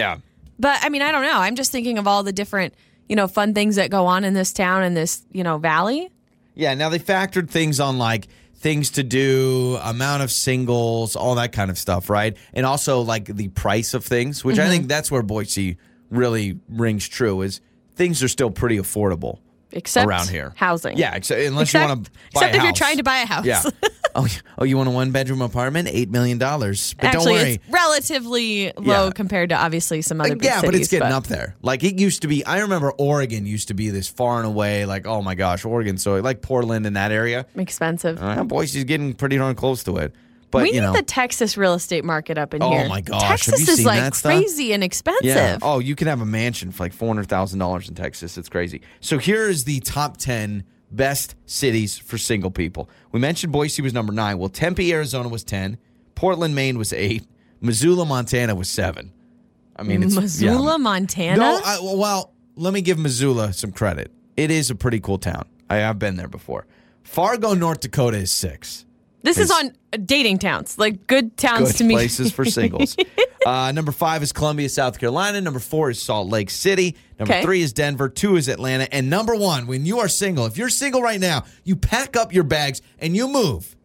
But I mean, I don't know. I'm just thinking of all the different, you know, fun things that go on in this town and this, you know, valley.
Yeah, now they factored things on like things to do, amount of singles, all that kind of stuff, right? And also like the price of things,
Mm-hmm.
which I think that's where Boise really rings true is things are still pretty affordable
Except
around here.
housing.
Yeah, except unless
except,
you want to buy
except
a
if you're
house.
trying to buy a house.
Yeah. oh, you- oh, you want a one bedroom apartment? 8 million dollars. But
Actually,
don't worry.
it's relatively low
Yeah. Uh,
compared to obviously some other big
yeah, but it's
cities,
getting up there. Like it used to be. I remember Oregon used to be this far and away. Like oh my gosh, Oregon. So like Portland in that area.
expensive.
Uh, Boise's getting pretty darn close to it. But
we
you
need
know,
the Texas real estate market up in
Oh,
here.
my gosh. Have
Texas
you
is
seen
like
that stuff?
crazy and expensive.
yeah. Oh, you can have a mansion for like four hundred thousand dollars in Texas. It's crazy. So here is the top ten best cities for single people. We mentioned Boise was number nine. Well, Tempe, Arizona was ten. Portland, Maine was eight. Missoula, Montana was seven. I mean, it's yeah.
Missoula, Montana.
No, I, well, let me give Missoula some credit. It is a pretty cool town. I have been there before. Fargo, North Dakota is six.
this is
it's-
on dating towns, like good towns
good
to me.
places for singles. uh, number five is Columbia, South Carolina. Number four is Salt Lake City. Number
Okay.
three is Denver. Two is Atlanta. And number one, when you are single, if you're single right now, you pack up your bags and you move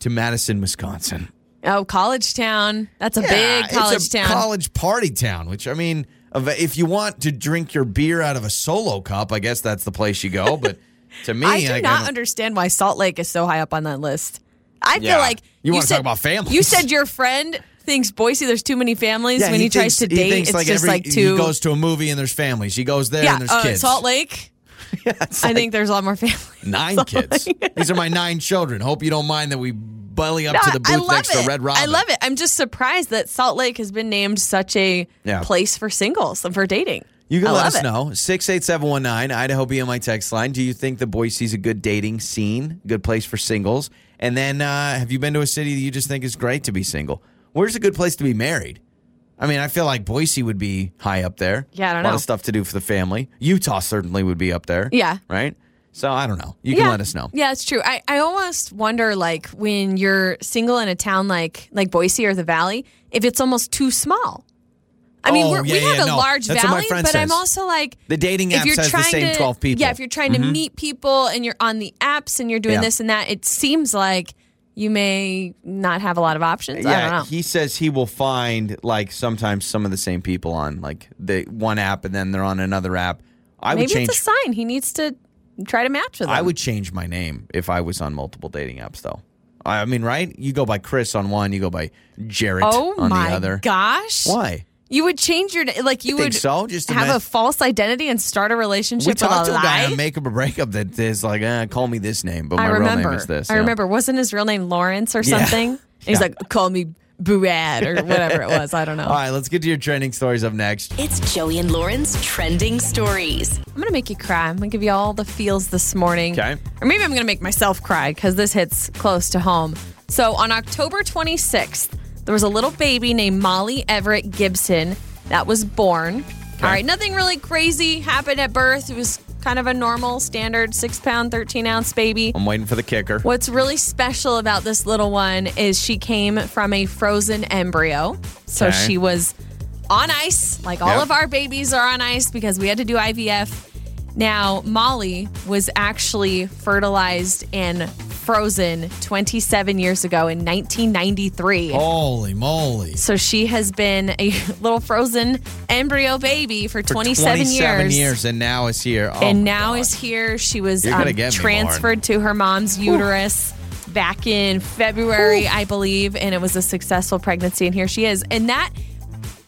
to Madison, Wisconsin.
Oh, college town. That's a
Yeah,
big college
it's a
town.
College party town, which I mean, of- if you want to drink your beer out of a solo cup, I guess that's the place you go. But to me,
I do
like,
not
don't-
understand why Salt Lake is so high up on that list. I
Yeah.
feel like
You wanna
said-
talk about families.
You said your friend thinks Boise there's too many families
Yeah,
when he, tries to
thinks-
date.
thinks
it's just
every-
like too.
He goes to a movie and there's families. He goes there
yeah,
and there's
uh,
kids.
Salt Lake. I think there's a lot more families.
Nine kids. These are my nine children. Hope you don't mind that we belly up to the
I
booth
love
next
it.
to Red Robin.
I love it. I'm just surprised that Salt Lake has been named such a
Yeah.
place for singles and for dating.
You can
I
let
love
us
it.
know. 68719, Idaho BMI text line. Do you think that Boise's a good dating scene, good place for singles? And then uh, have you been to a city that you just think is great to be single? Where's a good place to be married? I mean, I feel like Boise would be high up there.
Yeah, I don't
A lot
know.
of stuff to do for the family. Utah certainly would be up there.
Yeah.
Right? So I don't know. You
yeah.
can let us know.
Yeah, it's true. I, I almost wonder like when you're single in a town like like Boise or the Valley, if it's almost too small. I mean,
Oh,
we're, we
yeah,
have
yeah,
a
no.
large
That's what my
valley,
friend
but I'm
says.
also like
The dating app says the same 12 people. Mm-hmm.
Yeah, if you're trying to meet people and you're on the apps and you're doing
Yeah.
this and that, it seems like you may not have a lot of options. I don't
Yeah,
know.
he says he will find like sometimes some of the same people on like the one app and then they're on another app. I
Maybe
would change.
it's a sign. He needs to try to match with them.
I would change my name if I was on multiple dating apps, though. I mean, right? You go by Chris on one, you go by Jarrett
Oh
on
my
the other.
gosh!
Why?
You would change your like you
think
would
so? Just to
have
match-
a false identity and start a
We
relationship with
talked
a
to a guy
lie.
on Makeup or Breakup that is like, eh, call me this name, but
I
my
remember.
real name is this.
I
yeah.
remember. Wasn't his real name Lawrence or
Yeah.
something? And He's
Yeah.
like, call me Buad or whatever it was. I don't know.
All right, let's get to your trending stories up next.
It's Joey and Lauren's trending stories.
I'm gonna make you cry. I'm gonna give you all the feels this morning.
Okay.
Or maybe I'm gonna make myself cry because this hits close to home. So on October 26th, there was a little baby named Molly Everett Gibson that was born. All right, nothing really crazy happened at birth. It was kind of a normal, standard six pound, 13 ounce baby.
I'm waiting for the kicker.
What's really special about this little one is she came from a frozen embryo. So
Okay.
she was on ice, like all
Yep.
of our babies are on ice because we had to do IVF. Now, Molly was actually fertilized and frozen 27 years ago in 1993.
Holy moly.
So she has been a little frozen embryo baby for,
For
27,
27 years, and now it's here. Oh,
and now is here. She was
You're gonna
um,
get me,
transferred to her mom's uterus back in February, I believe, and it was a successful pregnancy. And here she is, and that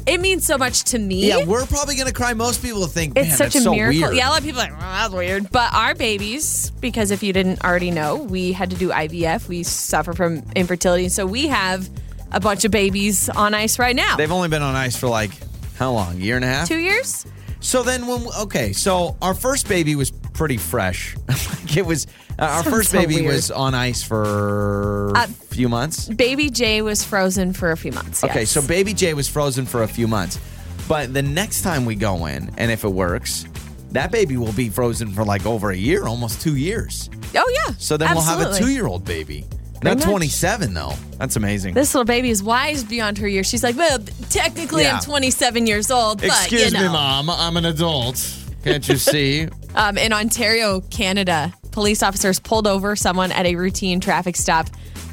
it means so much to me.
yeah, we're probably going to cry. Most people think, man,
it's such
that's
a
so
miracle.
weird.
Yeah, a lot of people are like, well, that's weird. But our babies, because if you didn't already know, we had to do IVF. We suffer from infertility. So we have a bunch of babies on ice right now.
They've only been on ice for like, how long? year and a half?
Two years?
So then, when okay, so our first baby was pretty fresh. like it was uh, our
Sounds
first
so
baby
weird.
was on ice for
Uh,
a few months.
Baby Jay was frozen for a few months.
Okay,
yes.
so baby J was frozen for a few months, but the next time we go in, and if it works, that baby will be frozen for like over a year, almost two years.
Oh, yeah.
So then we'll have a
Absolutely.
two-year-old baby. Not
much.
twenty-seven though. That's amazing.
This little baby is wise beyond her years. She's like, well, technically
Yeah.
I'm 27 years old, but you know.
mom. I'm an adult. Can't you see?
Um, in Ontario, Canada, police officers pulled over someone at a routine traffic stop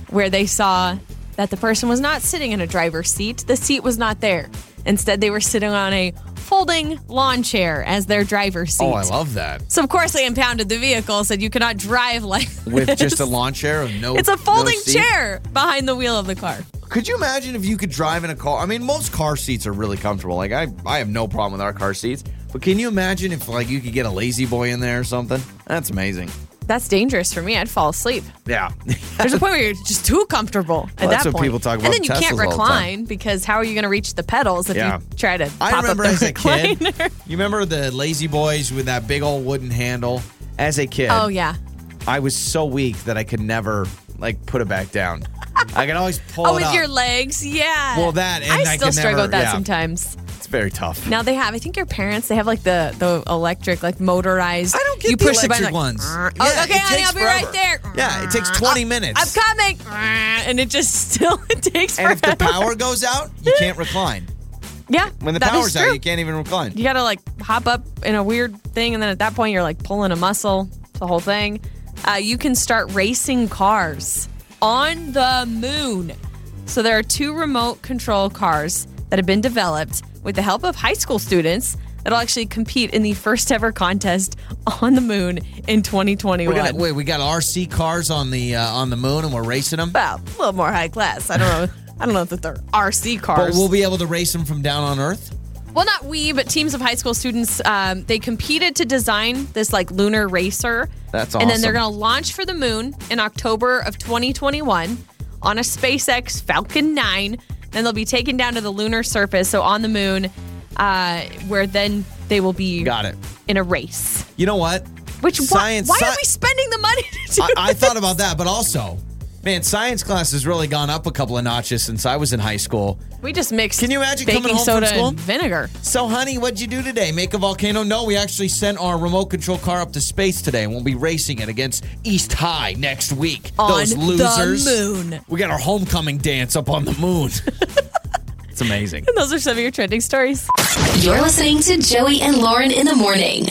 where they saw that the person was not sitting in a driver's seat. The seat was not there. Instead, they were sitting on a folding lawn chair as their driver's seat.
oh, I love that.
so of course they impounded the vehicle, said you cannot drive like
With
this."
just a lawn chair of no.
It's a
no
folding
seat.
chair behind the wheel of the car.
Could you imagine if you could drive in a car? I mean, most car seats are really comfortable. Like I, I have no problem with our car seats. But can you imagine if like you could get a lazy boy in there or something? That's amazing.
That's dangerous for me. I'd fall asleep.
Yeah.
There's a point where you're just too comfortable at
Well, that's
that
what
point.
people talk about
And then you can't
Teslas all the time.
recline because how are you going to reach the pedals if
Yeah.
you try to
I
pop
remember
up
as
the
a kid.
recliner?
You remember the lazy boys with that big old wooden handle? As a kid,
Oh yeah.
I was so weak that I could never like put it back down. I could always pull
Oh,
it
with
up.
your legs, yeah.
Well, that, and I
I still
can
struggle
never-
with that
yeah.
sometimes.
it's very tough.
Now they have, I think your parents they have like the the electric, like motorized.
I don't get
you
the
push
electric
the button, like,
ones.
"Grr."
Yeah,
oh, okay,
it
honey,
takes
I'll be
forever.
right there.
Yeah, it takes
"Grr."
20
I'm-
minutes.
I'm coming, "Grr," and it just still it takes
And if the
forever.
power goes out, you can't recline.
yeah,
When the
that is
power's out,
true.
you can't even recline.
you gotta like hop up in a weird thing, and then at that point you're like pulling a muscle. It's the whole thing. Uh, you can start racing cars on the moon. So there are two remote control cars that have been developed with the help of high school students that'll actually compete in the first ever contest on the moon in 2021.
We're gonna, wait, we got RC cars on the uh, on the moon, and we're racing them.
well, a little more high class. I don't know. I don't know if they're RC
But
cars.
we'll be able to race them from down on Earth.
well not we but teams of high school students um, they competed to design this like lunar racer
That's
and then they're
awesome.
going to launch for the moon in october of 2021 on a spacex falcon 9 then they'll be taken down to the lunar surface so on the moon uh, where then they will be
Got it.
in a race
You know what?
which
Science-
why, why are
sci-
we spending the money to do
I, I
this?
thought about that, but also, man, science class has really gone up a couple of notches since I was in high school.
we just mixed
Can you imagine
baking
coming home from
soda
school?
and vinegar
So, honey, what'd you do today? Make a volcano? No, we actually sent our remote control car up to space today, and we'll be racing it against East High next week.
On
Those
the
losers.
moon.
We got our homecoming dance up on the moon. it's amazing.
those are some of your trending stories
You're listening to Joey and Lauren in the morning.